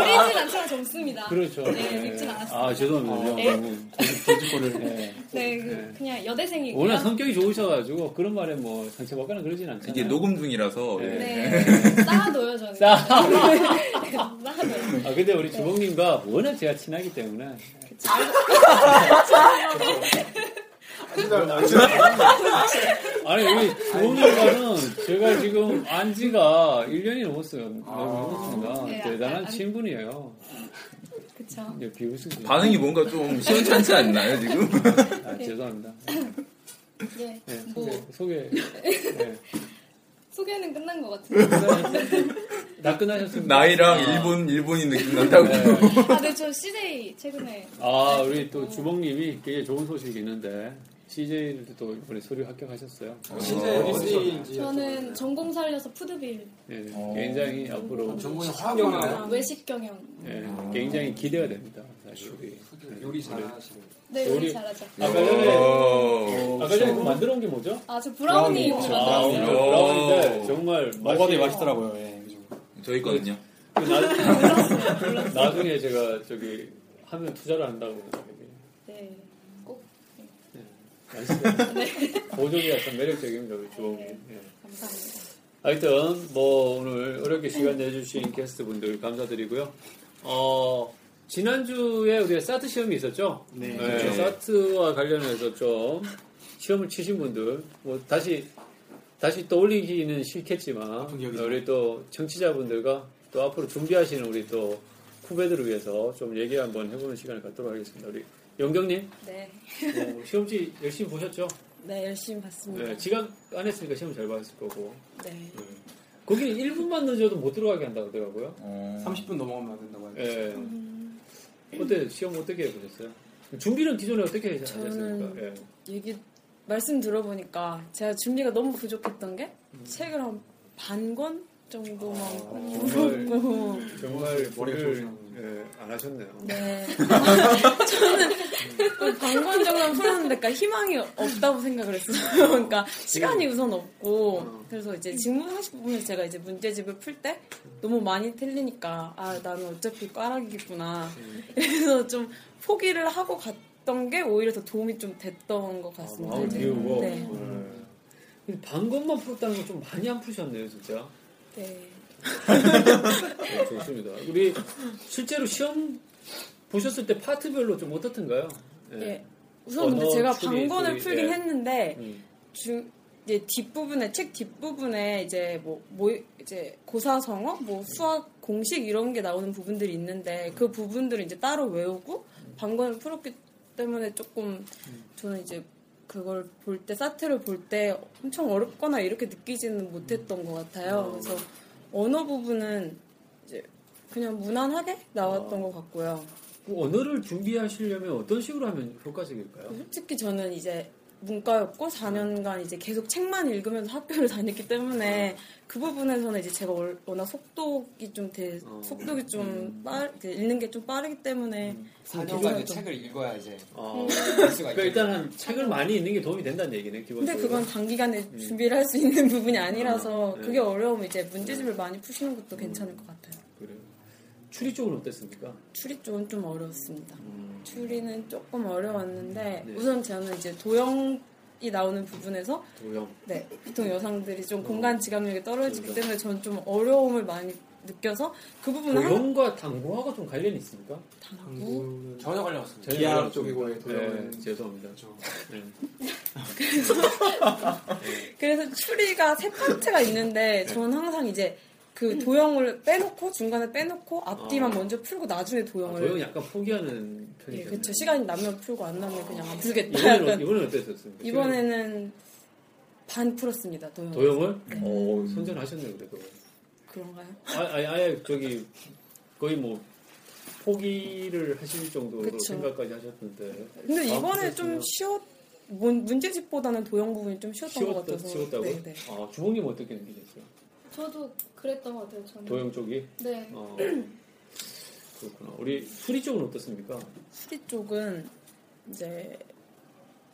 Speaker 6: 어리진 않지만 젊습니다.
Speaker 3: 그렇죠.
Speaker 6: 네,
Speaker 3: 예.
Speaker 6: 늙진 않았어요.
Speaker 3: 아, 죄송합니다.
Speaker 6: 예.
Speaker 3: 너무 돼지꼬를. 예.
Speaker 6: 네, 그, 그냥 여대생이고요.
Speaker 3: 워낙 성격이 좋으셔가지고 그런 말에 뭐 상처받거나 그러진 않잖아요.
Speaker 10: 이게 녹음 중이라서.
Speaker 3: 예.
Speaker 6: 네, 싸도요, 저는.
Speaker 3: 싸.
Speaker 6: 싸도요.
Speaker 3: 아, 근데 우리 주봉님과 워낙 제가 친하기 때문에 아니 우리 주봉님과는 제가 지금 안 지가 1년이 넘었어요. 넘었습니다.
Speaker 6: 네,
Speaker 3: 대단한
Speaker 6: 안-
Speaker 3: 친분이에요.
Speaker 6: 그쵸.
Speaker 3: 이제 비웃으시죠.
Speaker 10: 반응이 뭔가 좀 시원찮지 않나요 지금?
Speaker 3: 아, 죄송합니다.
Speaker 6: 예.
Speaker 3: 네,
Speaker 6: 뭐,
Speaker 3: 소개. 소개. 네.
Speaker 6: 소개는 끝난 것 같은데.
Speaker 3: 나끝나셨습니다
Speaker 10: 나이랑 일본 일본인 느낌 난다고.
Speaker 6: 아, 네, 저 CJ 최근에.
Speaker 3: 아, 우리 또 주봉님이 되게 좋은 소식이 있는데, CJ를 또 이번에 서류 합격하셨어요.
Speaker 9: 아,
Speaker 7: 진짜 어디인지
Speaker 6: 저는 전공 살려서 푸드빌,
Speaker 3: 예, 굉장히 앞으로,
Speaker 7: 전공이 화학영화
Speaker 6: 외식 경영.
Speaker 3: 예, 굉장히 기대가 됩니다. 사실 우리.
Speaker 7: 요리 잘하시는
Speaker 6: 네,
Speaker 3: 우리-
Speaker 6: 요리 잘하죠.
Speaker 3: 아까
Speaker 5: 그
Speaker 3: 전에,
Speaker 10: 오.
Speaker 3: 아까 전에 그 만들어 온 게 뭐죠?
Speaker 6: 아, 저 브라우니 오늘
Speaker 3: 아,
Speaker 6: 만들었어요.
Speaker 3: 오늘
Speaker 10: 오.
Speaker 3: 브라운인데 정말
Speaker 9: 뭐가
Speaker 3: 맛이
Speaker 9: 되게 맛있더라고요. 예. 그죠.
Speaker 10: 저 있거든요.
Speaker 3: 그 나, 나중에 제가 저기 하면 투자를 한다고 이렇게
Speaker 6: 네. 꼭
Speaker 3: 말씀- 보조기가 참 매력적입니다, 우리 주봉님. 예.
Speaker 6: 감사합니다.
Speaker 3: 하여튼 뭐 오늘 어렵게 시간 내주신 게스트분들 감사드리고요. 어, 지난주에 우리가 사트 시험이 있었죠? 네. 사트와 관련해서 좀 시험을 치신 분들 뭐 다시 다시 또 올리기는 싫겠지만
Speaker 9: 기억이죠.
Speaker 3: 우리 또 청취자분들과 또 앞으로 준비하시는 우리 또 후배들을 위해서 좀 얘기 한번 해보는 시간을 갖도록 하겠습니다. 우리 영경님
Speaker 6: 네.
Speaker 3: 뭐 시험지 열심히 보셨죠?
Speaker 6: 네, 열심히 봤습니다.
Speaker 3: 네, 지각 안 했으니까 시험 잘 봤을 거고
Speaker 6: 네.
Speaker 3: 거기 1분만 늦어도 못 들어가게 한다고 하더라고요.
Speaker 9: 30분 넘어가면 안 된다고 하니까.
Speaker 3: 예.
Speaker 6: 음.
Speaker 3: 어때 시험 어떻게 해보셨어요? 준비는 기존에 어떻게 하셨습니까?
Speaker 6: 저는-
Speaker 3: 예.
Speaker 6: 얘기 말씀 들어보니까 제가 준비가 너무 부족했던 게 책을 한 반 권 정도만 읽었고
Speaker 3: 정말
Speaker 9: 머리가
Speaker 3: 머리를
Speaker 9: 좋으시나
Speaker 3: 예, 안 하셨네요.
Speaker 6: 네 저는 반 권 정도만 풀었는데 그러니까 희망이 없다고 생각을 했어요. 그러니까
Speaker 3: 음.
Speaker 6: 시간이 우선
Speaker 3: 어.
Speaker 6: 없고 그래서 이제 직무 사실 보면서 제가 이제 문제집을 풀 때 너무 많이 틀리니까 아 나는 어차피 꽈락이겠구나
Speaker 3: 음.
Speaker 6: 그래서 좀 포기를 하고 갔던 게 오히려 더 도움이 좀 됐던 것
Speaker 3: 아,
Speaker 6: 같습니다.
Speaker 3: 마음을
Speaker 6: 이제.
Speaker 3: 비우고.
Speaker 6: 네.
Speaker 3: 예. 방금만 풀었다는 건 좀 많이 안 푸셨네요, 진짜.
Speaker 6: 네.
Speaker 3: 예, 좋습니다. 우리 실제로 시험 보셨을 때 파트별로 좀 어떻던가요? 예.
Speaker 6: 예. 우선 근데
Speaker 3: 언어
Speaker 6: 제가
Speaker 3: 추리,
Speaker 6: 방건을
Speaker 3: 추리,
Speaker 6: 풀긴
Speaker 3: 예.
Speaker 6: 했는데
Speaker 3: 음.
Speaker 6: 중 이제 뒷부분에 책 뒷부분에 이제 뭐, 뭐 이제 고사성어 뭐 수학 공식 이런 게 나오는 부분들이 있는데 그 부분들을 이제 따로 외우고 방건을 풀었기 때문에 조금 저는 이제 그걸 볼 때 사태를 볼 때 엄청 어렵거나 이렇게 느끼지는 못했던 것
Speaker 3: 어.
Speaker 6: 같아요. 그래서 언어 부분은 이제 그냥 무난하게
Speaker 3: 어.
Speaker 6: 나왔던 것 같고요.
Speaker 3: 그 언어를 준비하시려면 어떤 식으로 하면 효과적일까요?
Speaker 6: 솔직히 저는 이제 문과였고 4년간 이제 계속 책만 읽으면서 학교를 다녔기 때문에 그 부분에서는 이제 제가 월- 워낙 속독이 좀 되,
Speaker 3: 어.
Speaker 6: 속독이 좀 빠르, 이렇게 읽는 게 좀 빠르기 때문에
Speaker 3: 음,
Speaker 7: 4년간 책을 읽어야 이제
Speaker 3: 아,
Speaker 7: 알 수가
Speaker 3: 그 그러니까
Speaker 7: 있죠.
Speaker 3: 일단은 책을 많이 읽는 게 도움이 된다는 얘기네, 기본적으로.
Speaker 6: 근데 그건 단기간에 준비를 할 수 있는 부분이 아니라서
Speaker 3: 음. 네. 음.
Speaker 6: 그게 어려우면 이제 문제집을 많이 푸시는 것도 괜찮을 것 같아요.
Speaker 3: 그래요. 추리 쪽은 어땠습니까?
Speaker 6: 추리 쪽은 좀 어려웠습니다.
Speaker 3: 음,
Speaker 6: 추리는 조금 어려웠는데
Speaker 3: 네.
Speaker 6: 우선 저는 이제 도형이 나오는 부분에서
Speaker 3: 도형.
Speaker 6: 네, 보통 여성들이 좀 공간 지각력이 떨어지기
Speaker 3: 그러니까.
Speaker 6: 때문에 저는 좀 어려움을 많이 느껴서 그 부분은 한-
Speaker 3: 고용과 당구하고 좀 관련이 있습니까?
Speaker 6: 당구?
Speaker 7: 전혀 관련 없습니다.
Speaker 3: 전혀
Speaker 7: 기아
Speaker 3: 관련
Speaker 7: 쪽이고,
Speaker 3: 없습니다.
Speaker 7: 예,
Speaker 3: 네,
Speaker 7: 돌아가는
Speaker 3: 죄송합니다. 네.
Speaker 6: 그래서 추리가 세 파트가 있는데 저는 항상 이제 그 도형을 빼놓고 중간에 빼놓고 앞뒤만
Speaker 3: 아.
Speaker 6: 먼저 풀고 나중에 도형을
Speaker 3: 도영 약간 포기하는
Speaker 6: 예,
Speaker 3: 편이죠.
Speaker 6: 그쵸 시간이 나면 풀고 안 나면 그냥 안 풀겠다
Speaker 3: 이번에는,
Speaker 6: 약간.
Speaker 3: 어- 이번에는 어땠었습니까?
Speaker 6: 이번에는 반 풀었습니다 도형
Speaker 3: 도영을? 어, 선전하셨네요, 그래도.
Speaker 6: 그런가요?
Speaker 3: 아, 아예, 아예 저기 거의 뭐 포기를 하실 정도로
Speaker 6: 그쵸.
Speaker 3: 생각까지 하셨는데.
Speaker 6: 근데
Speaker 3: 아,
Speaker 6: 이번에 좀
Speaker 3: 그렇구나.
Speaker 6: 쉬웠 문, 문제집보다는 도형 부분이 좀 쉬웠던 것
Speaker 3: 쉬웠다,
Speaker 6: 같아서
Speaker 3: 쉬웠다고?
Speaker 6: 네, 네.
Speaker 3: 아, 주홍님 어떻게 느끼셨어요?
Speaker 11: 저도 그랬던 것 같아요. 저는.
Speaker 3: 도영 쪽이?
Speaker 11: 네.
Speaker 3: 어, 그렇구나. 우리 수리 쪽은 어떻습니까?
Speaker 6: 수리 쪽은 이제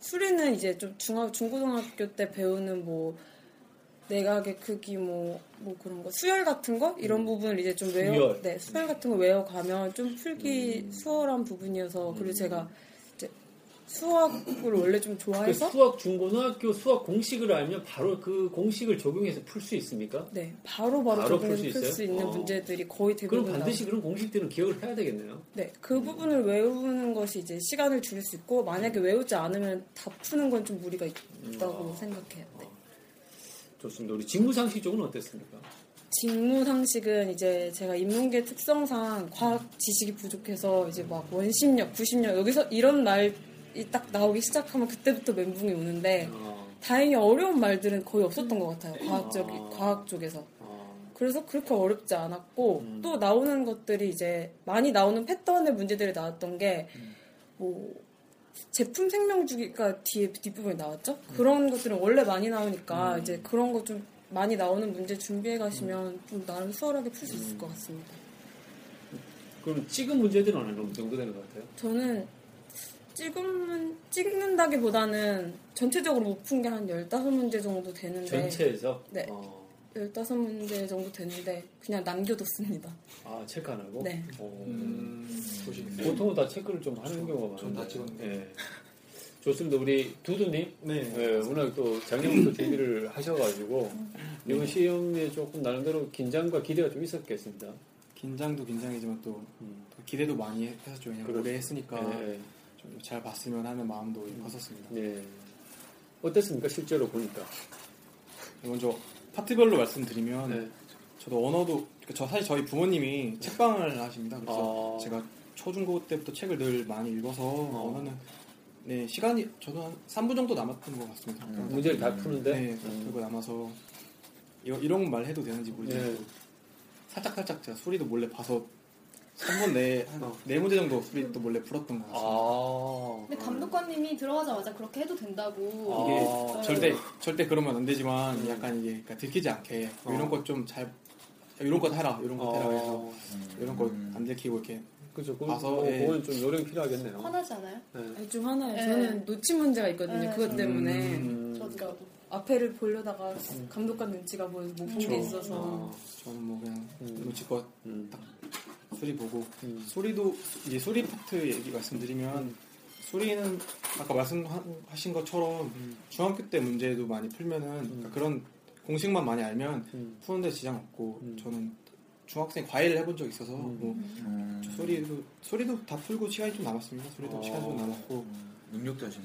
Speaker 6: 수리는 이제 좀 중학 중고등학교 때 배우는 뭐 내각의 크기 뭐 뭐 그런 거 수열 같은 거 이런 부분을 이제 좀 외워
Speaker 3: 음. 수열. 음.
Speaker 6: 네 수열 같은 거 외워 가면 좀 풀기 수월한 부분이어서 그리고 제가 이제 수학을 원래 좀
Speaker 3: 그
Speaker 6: 좋아해서
Speaker 3: 수학 중고등학교 수학 공식을 알면 바로 그 공식을 적용해서 풀 수 있습니까?
Speaker 6: 네 바로 바로
Speaker 3: 바로
Speaker 6: 적용해서
Speaker 3: 풀수
Speaker 6: 풀 수
Speaker 3: 있어요?
Speaker 6: 있는
Speaker 3: 어.
Speaker 6: 문제들이 거의 대부분
Speaker 3: 그럼 반드시
Speaker 6: 나와요.
Speaker 3: 그런 공식들은 기억을 해야 되겠네요.
Speaker 6: 네, 그 부분을 외우는 것이 이제 시간을 줄일 수 있고
Speaker 3: 음.
Speaker 6: 만약에 외우지 않으면 다 푸는 건 좀 무리가
Speaker 3: 아.
Speaker 6: 있다고 생각해요. 네.
Speaker 3: 좋습니다. 우리 직무상식 쪽은 어땠습니까?
Speaker 6: 직무 상식은 이제 제가 인문계 특성상 과학 지식이 부족해서 이제 막 원심력, 구심력 여기서 이런 말이 딱 나오기 시작하면 그때부터 멘붕이 오는데 다행히 어려운 말들은 거의 없었던 것 같아요. 과학적 과학 쪽에서. 그래서 그렇게 어렵지 않았고 또 나오는 것들이 이제 많이 나오는 패턴의 문제들이 나왔던 게 뭐 제품 생명주기가 뒤에 뒷부분에 나왔죠. 그런 것들은 원래 많이 나오니까 이제 그런 거 좀 많이 나오는 문제 준비해 가시면 좀 나름 수월하게 풀 수 있을 것 같습니다.
Speaker 3: 그럼 찍은 문제들은 어느 정도 되는 것 같아요?
Speaker 6: 저는 찍으면 찍는다기보다는 전체적으로 못 푼 게 한 15문제 정도 되는데
Speaker 3: 전체에서?
Speaker 6: 네.
Speaker 3: 어.
Speaker 6: 15문제 정도 되는데 그냥 남겨뒀습니다.
Speaker 3: 아, 체크 안 하고?
Speaker 6: 네.
Speaker 3: 오. 음.
Speaker 9: 음.
Speaker 3: 보통은 다 체크를 좀 하는 경우가 많은데. 전다 찍었네. 좋습니다. 우리 두두님. 네. 워낙 또 작년부터 준비를 하셔가지고,
Speaker 6: 음.
Speaker 3: 이번 시험에 조금 나름대로 긴장과 기대가 좀 있었겠습니다. 음.
Speaker 9: 긴장도 긴장이지만 또, 또 기대도 많이 했었죠. 왜냐면 오래 했으니까
Speaker 3: 예.
Speaker 9: 좀 잘 봤으면 하는 마음도 컸었습니다.
Speaker 3: 네. 어땠습니까? 실제로 보니까.
Speaker 9: 먼저 파트별로 말씀드리면
Speaker 3: 네.
Speaker 9: 저도 언어도 그러니까 저 사실 저희 부모님이 책방을 하십니다. 그래서 제가 초중고 때부터 책을 늘 많이 읽어서 언어는 네 시간이 저도 한 3분 정도 남았던 것 같습니다.
Speaker 3: 문제를 다 푸는데? 음.
Speaker 9: 네, 다 풀고 남아서 이, 이런 말 해도 되는지 모르겠는데
Speaker 3: 네.
Speaker 9: 살짝 살짝 제가 소리도 몰래 봐서 3분 내에 한네 문제 정도 소리도 몰래 풀었던 것 같습니다.
Speaker 3: 아.
Speaker 11: 근데 감독관님이 들어가자마자 그렇게 해도 된다고.
Speaker 9: 이게
Speaker 11: 네.
Speaker 9: 절대 절대 그러면 안 되지만 약간 이게 그러니까 들키지 않게 뭐 이런 것 좀 잘 이런 것 해라 이런 것
Speaker 3: 어.
Speaker 9: 해라 해서 이런 것 안 들키고 이렇게
Speaker 3: 그죠
Speaker 9: 봐서 예.
Speaker 3: 그건- 그건 좀 요령이 필요하겠네요.
Speaker 11: 화나지 않아요?
Speaker 6: 아니, 좀 하나요.
Speaker 11: 네.
Speaker 6: 저는 놓친 문제가 있거든요.
Speaker 11: 네,
Speaker 6: 그것
Speaker 11: 저도.
Speaker 6: 때문에
Speaker 9: 음.
Speaker 11: 저도,
Speaker 6: 그러니까
Speaker 11: 저도.
Speaker 6: 앞에를 보려다가 감독관 눈치가 보여서 못 본 게 음. 있어서
Speaker 9: 저는 뭐 그냥 놓칠 것딱 소리 보고 소리도 이제 소리 파트 얘기 말씀드리면 소리는 아까 말씀하신 것처럼 중학교 때 문제도 많이 풀면은 그러니까 그런 공식만 많이 알면 푸는데 지장 없고 저는 중학생 과외를 해본 적이 있어서 뭐
Speaker 6: 음.
Speaker 9: 저 소리도 소리도 다 풀고 시간이 좀 남았습니다. 소리도
Speaker 10: 어.
Speaker 9: 시간이 좀 남았고
Speaker 10: 능력도 하시네.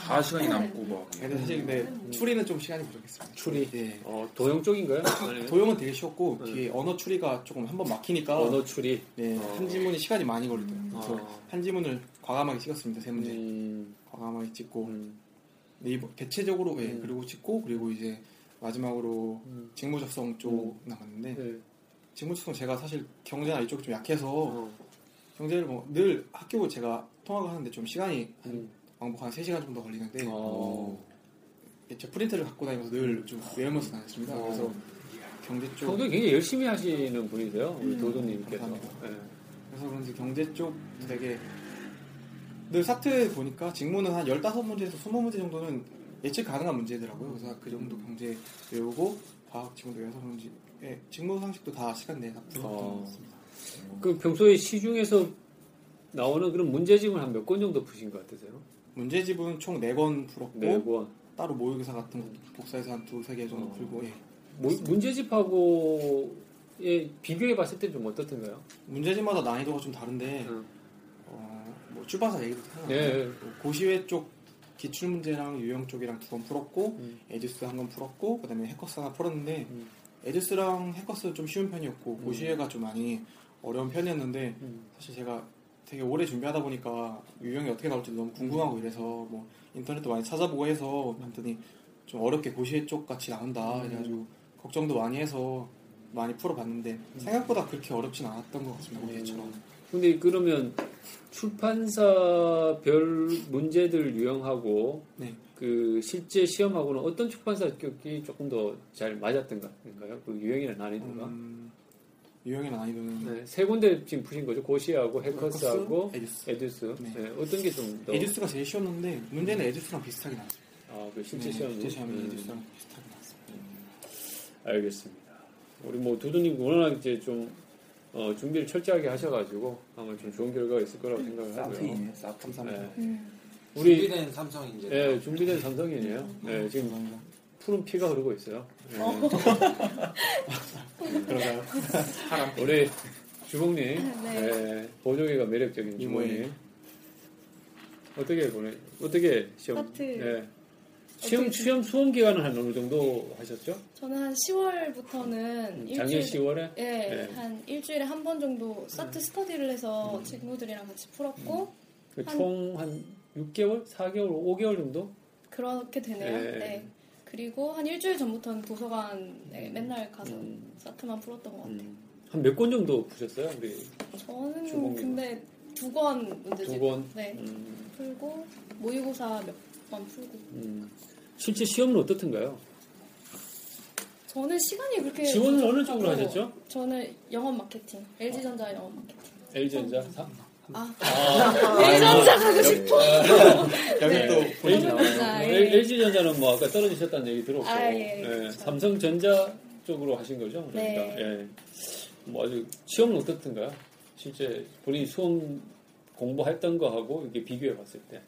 Speaker 10: 다 시간이 남고 막.
Speaker 9: 네, 근데 사실 근데 추리는 좀 시간이 부족했습니다.
Speaker 3: 추리.
Speaker 9: 예.
Speaker 3: 어, 도형 쪽인가요? 네.
Speaker 9: 도형은 되게 쉬웠고 뒤에 언어 추리가 조금 한 번 막히니까
Speaker 3: 언어 추리.
Speaker 9: 네, 한 지문이 시간이 많이 걸리더라고요. 그래서
Speaker 3: 어.
Speaker 9: 한 지문을 과감하게 찍었습니다. 세
Speaker 3: 네.
Speaker 9: 문제
Speaker 3: 음.
Speaker 9: 과감하게 찍고 네, 이번- 대체적으로 예, 그리고 찍고 그리고 이제 마지막으로
Speaker 3: 음.
Speaker 9: 직무 적성 쪽 나갔는데
Speaker 3: 네.
Speaker 9: 직무 적성 제가 사실 경제나 이쪽 좀 약해서
Speaker 3: 어.
Speaker 9: 경제를 뭐 늘 학교 제가 통학을 하는데 좀 시간이 한
Speaker 3: 음.
Speaker 9: 왕복 한 3시간 정도 걸리는데
Speaker 3: 아.
Speaker 9: 제 프린트를 갖고 다니면서 늘
Speaker 3: 음.
Speaker 9: 좀 외우면서 다녔습니다.
Speaker 3: 어.
Speaker 9: 그래서 경제 쪽
Speaker 3: 경도 굉장히 열심히 하시는 분이세요. 우리
Speaker 9: 음.
Speaker 3: 도도님께서.
Speaker 9: 감사합니다.
Speaker 3: 예.
Speaker 9: 그래서 그런지 경제 쪽도 되게 늘 사트 보니까 직무는 한 15문제에서 20문제 정도는 예측 가능한 문제더라고요. 그래서 그
Speaker 3: 음.
Speaker 9: 정도 경제 외우고 과학 직무도 외워서 그런지 예, 직무 상식도 다 시간 내에 다 풀었던
Speaker 3: 어.
Speaker 9: 것 같습니다.
Speaker 3: 그 평소에 시중에서 나오는 그런 문제집을 한 몇 권 정도 푸신 것 같으세요?
Speaker 9: 뭐? 문제집은 총 4권 풀었고
Speaker 3: 네 어. 권.
Speaker 9: 따로 모의고사 같은 것도 복사해서 한 두세 개 정도 풀고 예.
Speaker 3: 문- 문제집하고 예, 비교해 봤을 때 좀 어떻던가요?
Speaker 9: 문제집마다 난이도가 좀 다른데
Speaker 3: 음.
Speaker 9: 어, 뭐 쭈바사 얘기도 하나
Speaker 3: 예, 예.
Speaker 9: 고시회 쪽 기출 문제랑 유형 쪽이랑 두 번 풀었고
Speaker 3: 음.
Speaker 9: 에듀스 한 건 풀었고 그다음에 해커스 하나 풀었는데 에듀스랑 해커스는 좀 쉬운 편이었고
Speaker 3: 음.
Speaker 9: 고시회가 좀 많이 어려운 편이었는데 사실 제가 되게 오래 준비하다 보니까 유형이 어떻게 나올지 너무 궁금하고 이래서 뭐 인터넷도 많이 찾아보고 해서 봤더니 좀 어렵게 고시회 쪽 같이 나온다
Speaker 3: 음.
Speaker 9: 그래가지고 걱정도 많이 해서 많이 풀어봤는데
Speaker 3: 음.
Speaker 9: 생각보다 그렇게 어렵진 않았던 것 같습니다 고시회처럼
Speaker 3: 근데 그러면 출판사별 문제들 유형하고
Speaker 9: 네.
Speaker 3: 그 실제 시험하고는 어떤 출판사 쪽이 조금 더 잘 맞았던가요? 그 유형이나 난이도가?
Speaker 9: 음. 유형이나 난이도는
Speaker 3: 네, 세 군데 지금 푸신 거죠. 고시하고 해커스하고
Speaker 9: 에듀스.
Speaker 3: 에듀스. 네, 어떤 게 좀 더?
Speaker 9: 에듀스가 제일 쉬웠는데 문제는 에듀스랑 비슷하게 나왔어요
Speaker 3: 아, 그 실제
Speaker 9: 네,
Speaker 3: 시험.
Speaker 9: 실제 시험이
Speaker 3: 음.
Speaker 9: 에듀스랑 비슷하게 나왔습니다
Speaker 3: 알겠습니다. 우리 뭐 두두님 워낙 이제 좀 어, 준비를 철저하게 하셔가지고 아마 좀 좋은 결과가 있을 거라고 생각을 하고요.
Speaker 7: 사프이네요, 네. 사프. 감사합니다.
Speaker 3: 우리
Speaker 7: 준비된 삼성인이죠.
Speaker 3: 예, 준비된 삼성이네요. 예, 지금 푸른 피가 흐르고 있어요. 예. 그러나요? 우리 주봉님,
Speaker 11: 네.
Speaker 3: 예, 보조개가 매력적인 주봉님. 어떻게 보내? 어떻게 시험?
Speaker 11: 파트.
Speaker 3: 예. 시험 시험 수험 기간은 한 어느 정도 하셨죠?
Speaker 11: 저는 한 10월부터는
Speaker 3: 음, 작년 10월에?
Speaker 11: 예,
Speaker 3: 네. 음.
Speaker 11: 한 일주일에 한 번 정도 사트 스터디를 해서 친구들이랑 같이 풀었고 한-
Speaker 3: 그 총 한 6개월, 4개월, 5개월 정도?
Speaker 11: 그렇게 되네요.
Speaker 3: 예.
Speaker 11: 네. 그리고 한 일주일 전부터는
Speaker 3: 음.
Speaker 11: 도서관에 맨날 가서 사트만 풀었던 것 같아요.
Speaker 3: 한 몇 권 정도 푸셨어요? 우리
Speaker 11: 저는
Speaker 3: 음. 주먹이요.
Speaker 11: 근데 두 권 문제집
Speaker 3: 두 권?
Speaker 11: 네
Speaker 3: 음.
Speaker 11: 풀고 모의고사 몇 번 풀고
Speaker 3: 음, 실제 시험은 어떻던가요?
Speaker 11: 저는 시간이 그렇게
Speaker 3: 지원을
Speaker 11: 부족하고
Speaker 3: 어느 쪽으로 하셨죠?
Speaker 11: 저는 영업 마케팅 LG전자 영업 마케팅
Speaker 3: LG전자 3?
Speaker 11: 아 LG전자 가고 싶어
Speaker 3: 네.
Speaker 11: LG전자, 예.
Speaker 3: LG, LG전자는 뭐 아까 떨어지셨다는 얘기 들었고
Speaker 11: 아, 예,
Speaker 3: 예,
Speaker 11: 그렇죠.
Speaker 3: 삼성전자 쪽으로 하신 거죠? 그러니까
Speaker 11: 네.
Speaker 3: 예. 뭐 아주 시험은 어떻던가요? 실제 본인이 수험 공부했던 거하고 이렇게 비교해 봤을 때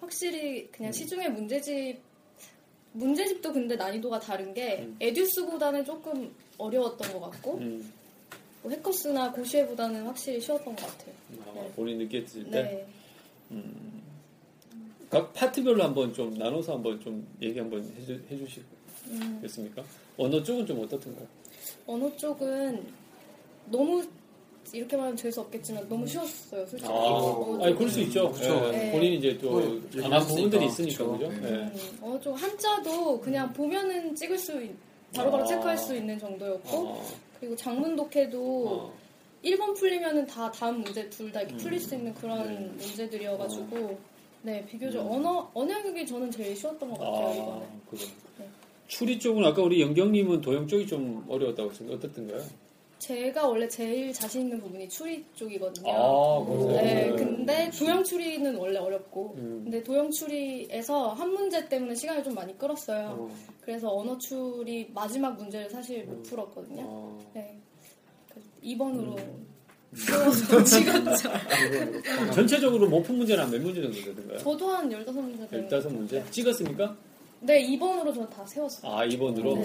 Speaker 11: 확실히
Speaker 3: 음.
Speaker 11: 그냥 시중에 문제집 문제집도 근데 난이도가 다른 게 에듀스보다는 조금 어려웠던 것 같고
Speaker 3: 음,
Speaker 11: 뭐 해커스나 고시에보다는 확실히 쉬웠던 것 같아요
Speaker 3: 아, 본인이 느꼈을 때
Speaker 11: 네
Speaker 3: 각 파트별로 한번 좀 나눠서 한번 좀 얘기 한번 해주,
Speaker 11: 음.
Speaker 3: 해주시겠습니까? 언어 쪽은 좀 어떻던가요?
Speaker 11: 언어 쪽은 너무 이렇게 말하면 재수 없겠지만 너무 쉬웠어요
Speaker 3: 아,
Speaker 11: 솔직히
Speaker 3: 아 아니, 그럴 수 있죠.
Speaker 11: 그렇죠.
Speaker 3: 예,
Speaker 11: 네.
Speaker 3: 본인이 이제 또
Speaker 9: 뭐,
Speaker 3: 강한
Speaker 9: 얘기했으니까.
Speaker 3: 부분들이 있으니까
Speaker 9: 그렇죠.
Speaker 3: 그죠?
Speaker 9: 네.
Speaker 3: 예.
Speaker 11: 음, 어, 좀 한자도 그냥 보면은 찍을 수 있- 바로바로
Speaker 3: 음. 아.
Speaker 11: 체크할 수 있는 정도였고 그리고 장문
Speaker 3: 아.
Speaker 11: 독해도 1번 풀리면은 다 다음 문제 둘 다 이렇게 풀릴 수 있는 그런 문제들이어가지고 네 비교적 언어 언어학이 저는 제일 쉬웠던 것 같아요 이번에
Speaker 3: 아, 그거.
Speaker 11: 네.
Speaker 3: 추리 쪽은 아까 우리 영경님은 도형 쪽이 좀 어려웠다고 했는데 어떻던가요?
Speaker 11: 제가 원래 제일 자신 있는 부분이 추리 쪽이거든요.
Speaker 3: 아, 그러세요?
Speaker 11: 네,
Speaker 3: 네.
Speaker 11: 근데 도형 추리는 원래 어렵고,
Speaker 3: 음.
Speaker 11: 근데 도형 추리에서 한 문제 때문에 시간을 좀 많이 끌었어요. 음. 그래서 언어 추리 마지막 문제를 사실 못 풀었거든요. 네. 2번으로 세워서 지각자.
Speaker 3: 어, 전체적으로 못 푼 문제는 한 몇 문제 정도 되던가요?
Speaker 11: 저도 한 15문제 정도.
Speaker 3: 15문제? 찍었습니까?
Speaker 11: 네, 2번으로 저는 다 세웠어요.
Speaker 3: 아, 2번으로? 아.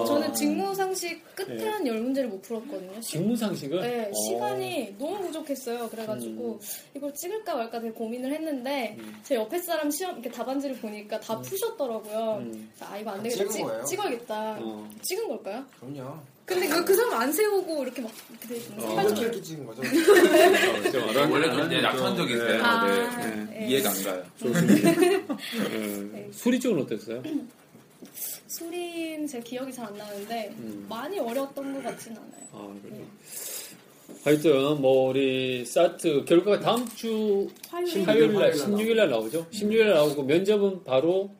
Speaker 11: 네. 저는 직무상식 끝에
Speaker 3: 네.
Speaker 7: 예.
Speaker 11: 한 10문제를 못 풀었거든요.
Speaker 3: 직무상식을?
Speaker 11: 네,
Speaker 3: 어.
Speaker 11: 시간이 너무 부족했어요. 그래가지고
Speaker 7: 음.
Speaker 11: 이걸 찍을까 말까 되게 고민을 했는데 제 옆에 사람 시험 이렇게 답안지를 보니까 다 푸셨더라고요. 그래서 아 이거 안 되겠다.
Speaker 7: 음. 찍은 거예요?
Speaker 11: 어야겠다
Speaker 7: 어.
Speaker 11: 찍은 걸까요?
Speaker 7: 그럼요.
Speaker 11: 근데 그, 그 사람 안 세우고 이렇게 막 이렇게 되게 좀
Speaker 7: 이렇게
Speaker 11: 생각을
Speaker 7: 이렇게 찍은 거죠?
Speaker 5: 원래 그런데 낙천적이세요.
Speaker 11: 아,
Speaker 5: 네.
Speaker 11: 예.
Speaker 5: 이해가 안 가요.
Speaker 11: 네.
Speaker 3: 예. 아, 수리 쪽은 어땠어요?
Speaker 11: 수린 제 기억이 잘 안 나는데
Speaker 3: 음.
Speaker 11: 많이 어려웠던 것 같진 않아요.
Speaker 3: 아, 그래요. 하여튼 뭐 우리 사트 결과가 다음 주
Speaker 11: 화요일.
Speaker 3: 화요일
Speaker 9: 화요일
Speaker 3: 날
Speaker 9: 날
Speaker 3: 16일 날 나오죠. 16일 날 나오고 면접은 바로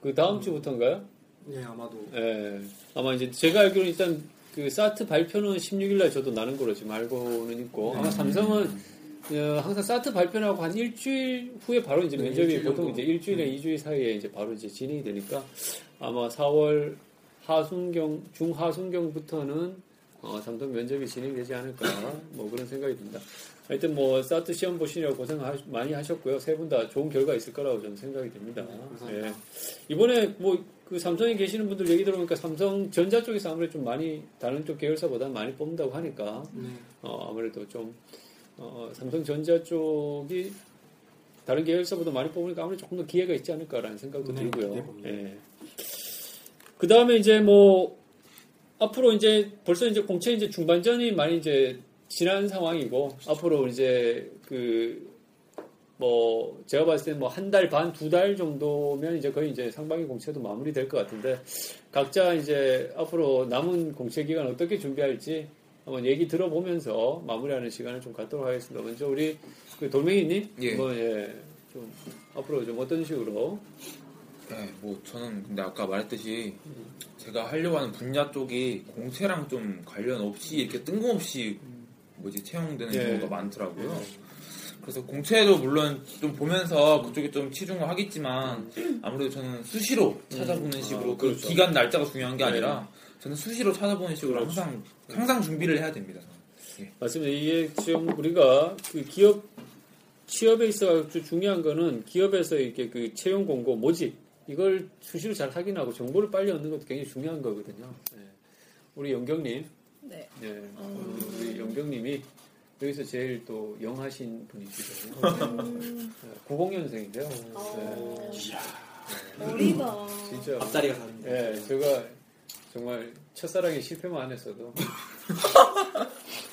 Speaker 3: 그 다음 주부터인가요?
Speaker 9: 네 아마도
Speaker 3: 예. 아마 이제 제가 알기로는 일단 그 사트 발표는 16일 날 저도 나는 걸로 지금 알고는 있고 아마 삼성은 어, 항상 사트 발표하고 한 일주일 후에 바로 이제
Speaker 9: 네,
Speaker 3: 면접이
Speaker 9: 일주일
Speaker 3: 보통
Speaker 9: 정도. 네.
Speaker 3: 이제 일주일에 이주일 사이에 이제 바로 이제 진행이 되니까 아마 4월 하순경 중하순경부터는 어, 삼성 면접이 진행되지 않을까 뭐 그런 생각이 듭니다. 하여튼 뭐 사트 시험 보시려고 고생 하- 많이 하셨고요. 세 분 다 좋은 결과 있을 거라고 저는 생각이 됩니다.
Speaker 9: 네,
Speaker 3: 예. 이번에 뭐 그 삼성에 계시는 분들 얘기 들어보니까 삼성 전자 쪽에서 아무래도 좀 많이 다른 쪽 계열사보다 많이 뽑는다고 하니까
Speaker 9: 네.
Speaker 3: 어, 아무래도 좀 어, 삼성전자 쪽이 다른 계열사보다 많이 뽑으니까 아무래도 조금 더 기회가 있지 않을까라는 생각도 들고요. 예. 그 다음에 이제 뭐 앞으로 이제 벌써 이제 공채 이제 중반전이 많이 이제 지난 상황이고 앞으로 이제 그 뭐 제가 봤을 때는 뭐 한 달 반 두 달 정도면 이제 거의 이제 상반기 공채도 마무리될 것 같은데 각자 이제 앞으로 남은 공채 기간 어떻게 준비할지 한번 얘기 들어보면서 마무리하는 시간을 좀 갖도록 하겠습니다. 먼저 우리 그 돌멩이님
Speaker 10: 예.
Speaker 3: 뭐 예. 좀 앞으로 좀 어떤 식으로
Speaker 10: 네, 뭐 저는 근데 아까 말했듯이 제가 하려고 하는 분야 쪽이 공채랑 좀 관련 없이 이렇게 뜬금없이 뭐지 채용되는
Speaker 3: 예.
Speaker 10: 경우가 많더라고요. 그래서 공채도 물론 좀 보면서 그쪽에 좀 치중을 하겠지만 아무래도 저는 수시로 찾아보는
Speaker 3: 음.
Speaker 10: 식으로
Speaker 3: 아,
Speaker 10: 그
Speaker 3: 그렇죠.
Speaker 10: 기간 날짜가 중요한 게
Speaker 3: 네. 그렇죠.
Speaker 10: 아니라 저는 수시로 찾아보는 식으로 항상 항상 준비를 해야 됩니다.
Speaker 3: 맞습니다. 이게 지금 우리가 그 기업 취업에 있어 아주 중요한 거는 기업에서 이렇게 그 채용 공고 모집 이걸 수시로 잘 확인하고 정보를 빨리 얻는 것도 굉장히 중요한 거거든요. 예. 우리 영경님,
Speaker 6: 네.
Speaker 3: 예. 우리 영경님이 여기서 제일 또 영하신 분이시죠. 네, 90년생인데요. 네.
Speaker 11: 어리다.
Speaker 3: 진짜
Speaker 7: 아, 앞다리가 다릅니다.
Speaker 3: 예, 제가 정말 첫사랑에 실패만 안 했어도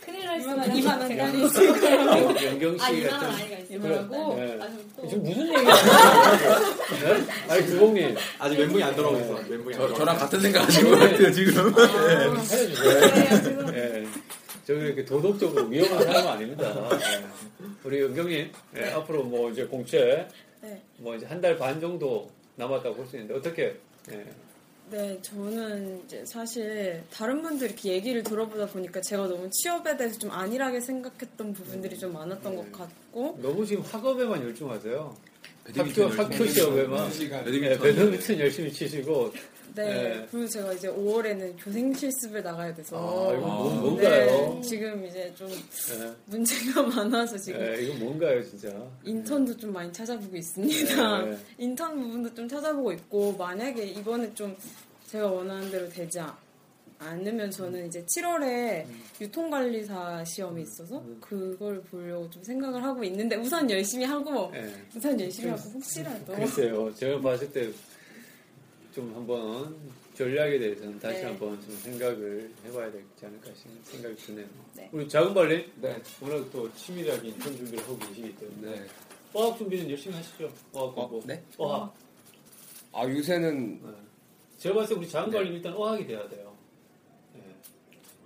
Speaker 11: 큰일 날
Speaker 6: 이만한-
Speaker 11: 수만
Speaker 6: 이만한 딸이
Speaker 3: 영- 영경 씨가
Speaker 11: 아, 이만한
Speaker 3: 좀-
Speaker 11: 아이가 있어요.
Speaker 3: 그래.
Speaker 11: 이만하고?
Speaker 3: 예.
Speaker 7: 네.
Speaker 11: 아, 저는 또-
Speaker 3: 지금 무슨 얘기야? 네? 아니 구봉님
Speaker 7: 아직 멘붕이 안 돌아오셔서 멘붕이 안
Speaker 10: 저,
Speaker 7: 돌아오셔서.
Speaker 10: 저랑 같은 생각하신 것 같아요 지금.
Speaker 6: 네,
Speaker 3: 살려주세요. 예. 저희 이렇게 도덕적으로 위험한 사람 아닙니다. 예. 우리 은경님 예, 앞으로 뭐 이제 공채
Speaker 6: 네.
Speaker 3: 뭐 이제 한 달 반 정도 남았다고 볼 수 있는데 어떻게? 예.
Speaker 6: 네, 저는 이제 사실 다른 분들 이렇게 얘기를 들어보다 보니까 제가 너무 취업에 대해서 좀 안일하게 생각했던 부분들이 좀 많았던
Speaker 3: 네.
Speaker 6: 것 같고
Speaker 3: 너무 지금 학업에만 열중하세요. 학교
Speaker 10: 배드민턴
Speaker 3: 학교
Speaker 10: 열심히
Speaker 9: 네,
Speaker 3: 시험에만
Speaker 9: 아,
Speaker 10: 치시고,
Speaker 3: 예,
Speaker 10: 배드민턴.
Speaker 3: 배드민턴 열심히 치시고
Speaker 6: 네,
Speaker 3: 네.
Speaker 6: 그리고 제가 이제 5월에는 교생 실습을 나가야 돼서
Speaker 3: 아, 이건 뭐-
Speaker 6: 네,
Speaker 3: 뭔가요?
Speaker 6: 지금 이제 좀
Speaker 3: 예.
Speaker 6: 문제가 많아서 지금
Speaker 3: 예, 이건 뭔가요 진짜?
Speaker 6: 인턴도 좀 많이 찾아보고 있습니다.
Speaker 3: 네.
Speaker 6: 인턴 부분도 좀 찾아보고 있고 만약에 이번에 좀 제가 원하는 대로 되지 않- 않으면 저는 이제 7월에 유통관리사 시험이 있어서 그걸 보려고 좀 생각을 하고 있는데 우선 열심히 하고
Speaker 3: 예.
Speaker 6: 우선 열심히 하고 혹시라도
Speaker 3: 글쎄요, 제가 봤을 때 좀 한번 전략에 대해서는 다시
Speaker 6: 네.
Speaker 3: 한번 좀 생각을 해봐야 되지 않을까 싶은 생각이 드네요.
Speaker 6: 네.
Speaker 3: 우리 작은 발리
Speaker 7: 네.
Speaker 3: 오늘 또 치밀하게 인턴 준비를 하고 계시기 때문에
Speaker 7: 네.
Speaker 3: 어학 준비는 열심히 하시죠. 어학 공부.
Speaker 4: 네?
Speaker 3: 어학. 네.
Speaker 4: 아 요새는
Speaker 3: 제가 봤을 때 우리 작은 발리 일단 어학이 돼야 돼요.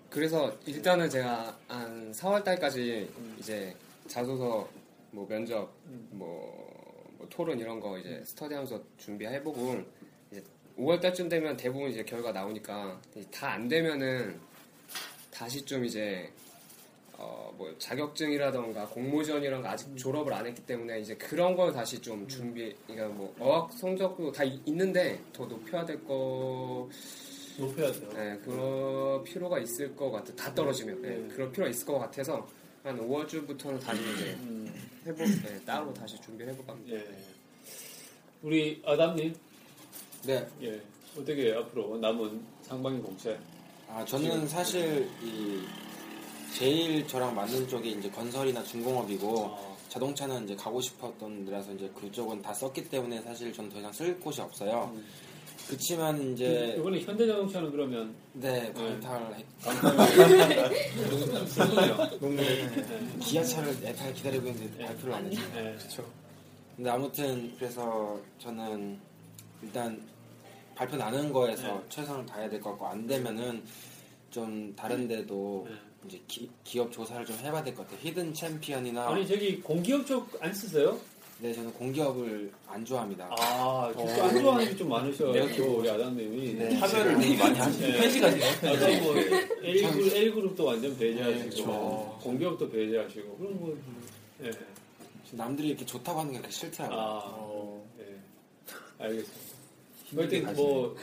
Speaker 4: 그래서 일단은 제가 한 4월 달까지 이제 자소서 뭐 면접 뭐, 뭐 토론 이런 거 이제 스터디하면서 준비해보고 이제 5월 달쯤 되면 대부분 이제 결과 나오니까 다 안 되면은 다시 좀 이제 어 뭐 자격증이라던가 공모전이라던가 아직 졸업을 안 했기 때문에 이제 그런 걸 다시 좀 준비 그러니까 뭐 어학 성적도 다 이- 있는데 더 높여야 될거
Speaker 3: 높여야 돼요.
Speaker 4: 네, 그럴 필요가 있을 것 같아. 다 떨어지면 네, 그럴 필요가 있을 것 같아서 한 5월 주부터는 다시 이제 해보, 네, 따로 다시 준비해 볼까 합니다.
Speaker 3: 예. 우리 아담님,
Speaker 7: 네.
Speaker 3: 예. 어떻게 앞으로 남은 상반기 공채?
Speaker 7: 아 저는 사실 이 제일 저랑 맞는 쪽이 이제 건설이나 중공업이고 자동차는 이제 가고 싶었던 데라서 이제 그쪽은 다 썼기 때문에 사실 전 더 이상 쓸 곳이 없어요. 그렇지만 이제
Speaker 3: 이번에 현대자동차는 그러면
Speaker 7: 네 강탈 기아차를 애타게 기다리고 있는데 발표를 안 했네요.
Speaker 3: 예.
Speaker 7: 근데 아무튼 그래서 저는 일단 발표 나는 거에서 최선을 다해야 될 것 같고 안 되면은 좀 다른 데도 이제 기, 기업 조사를 좀 해봐야 될 것 같아요. 히든 챔피언이나
Speaker 3: 아니 저기 공기업 쪽 안 쓰세요?
Speaker 7: 네 저는 공기업을 안 좋아합니다.
Speaker 3: 아, 진짜 안 좋아하는 게 좀 많으셔가지고 우리 아담님이
Speaker 7: 네,
Speaker 3: 차별을
Speaker 7: 되게 많이 하시죠.
Speaker 3: 팬시가지고 아까 뭐 A 그룹 A 그룹도
Speaker 7: 네,
Speaker 3: 완전 배제하시고
Speaker 7: 그렇죠.
Speaker 3: 공기업도 배제하시고 그럼 뭐 예.
Speaker 7: 남들이 이렇게 좋다고 하는 게 그렇게 싫더라고요.
Speaker 3: 아, 어, 예. 알겠습니다. 하여튼 뭐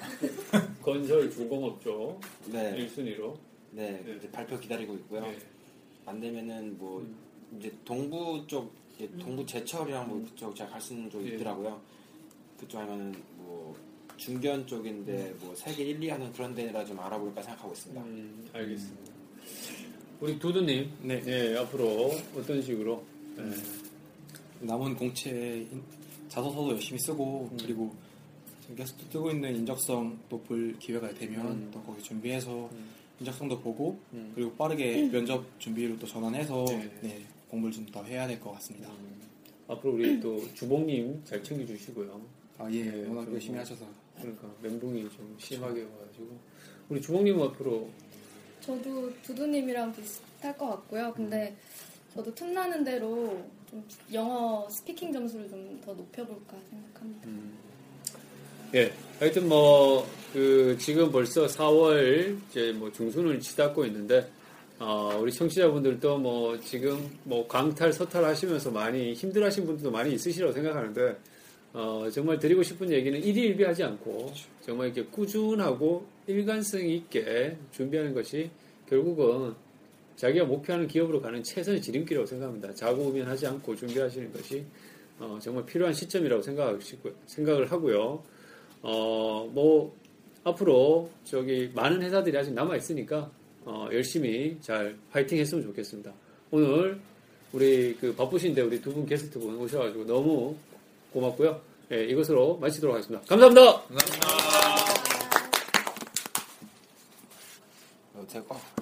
Speaker 3: 건설 중공업 쪽
Speaker 7: 네,
Speaker 3: 1순위로
Speaker 7: 네,
Speaker 3: 네. 아,
Speaker 9: 네.
Speaker 7: 이제 발표 기다리고 있고요.
Speaker 3: 예.
Speaker 9: 음.
Speaker 7: 안 되면은 뭐 이제 동부 쪽 이제 동부 제철이랑 뭐 그쪽 제가 갈 수 있는 쪽이
Speaker 3: 예.
Speaker 7: 있더라고요. 그쪽 하면은 뭐 중견
Speaker 9: 음.
Speaker 7: 쪽인데 뭐 세계 1, 2 하는 그런 데라 좀 알아볼까 생각하고 있습니다.
Speaker 3: 알겠습니다. 음. 우리 두두님, 네, 음. 앞으로 어떤 식으로?
Speaker 9: 남은 공채 자소서도 열심히 쓰고 그리고 지금 계속 뜨고 있는 인적성 높을 기회가 되면 또 거기 준비해서 인적성도 보고 그리고 빠르게 면접 준비로 또 전환해서 음. 네, 음. 공부를 좀 더 해야 될 것 같습니다.
Speaker 3: 앞으로 우리 또 주봉님 잘 챙겨주시고요.
Speaker 9: 아, 예. 워낙
Speaker 3: 좀
Speaker 9: 열심히 하셔서.
Speaker 3: 그러니까 멘붕이 좀 심하게 와가지고 우리 주봉님 은 앞으로
Speaker 11: 저도 두두님이랑 비슷할 것 같고요. 근데 저도 틈나는 대로 좀 영어 스피킹 점수를 좀 더 높여볼까 생각합니다.
Speaker 3: 예, 하여튼 뭐, 그, 지금 벌써 4월, 이제 뭐 중순을 치닫고 있는데, 어, 우리 청취자분들도 뭐, 지금 뭐, 강탈, 서탈 하시면서 많이 힘들 하신 분들도 많이 있으시라고 생각하는데, 어, 정말 드리고 싶은 얘기는 일희일비 하지 않고, 정말 이렇게 꾸준하고 일관성 있게 준비하는 것이 결국은 자기가 목표하는 기업으로 가는 최선의 지름길이라고 생각합니다. 자고우면 하지 않고 준비하시는 것이 어, 정말 필요한 시점이라고 생각하시고, 생각을 하고요. 어, 뭐, 앞으로 저기 많은 회사들이 아직 남아있으니까 어, 열심히 잘 파이팅 했으면 좋겠습니다. 오늘 우리 그 바쁘신데 우리 두 분 게스트 분 오셔가지고 너무 고맙고요. 예, 이것으로 마치도록 하겠습니다. 감사합니다!
Speaker 7: 어, 제가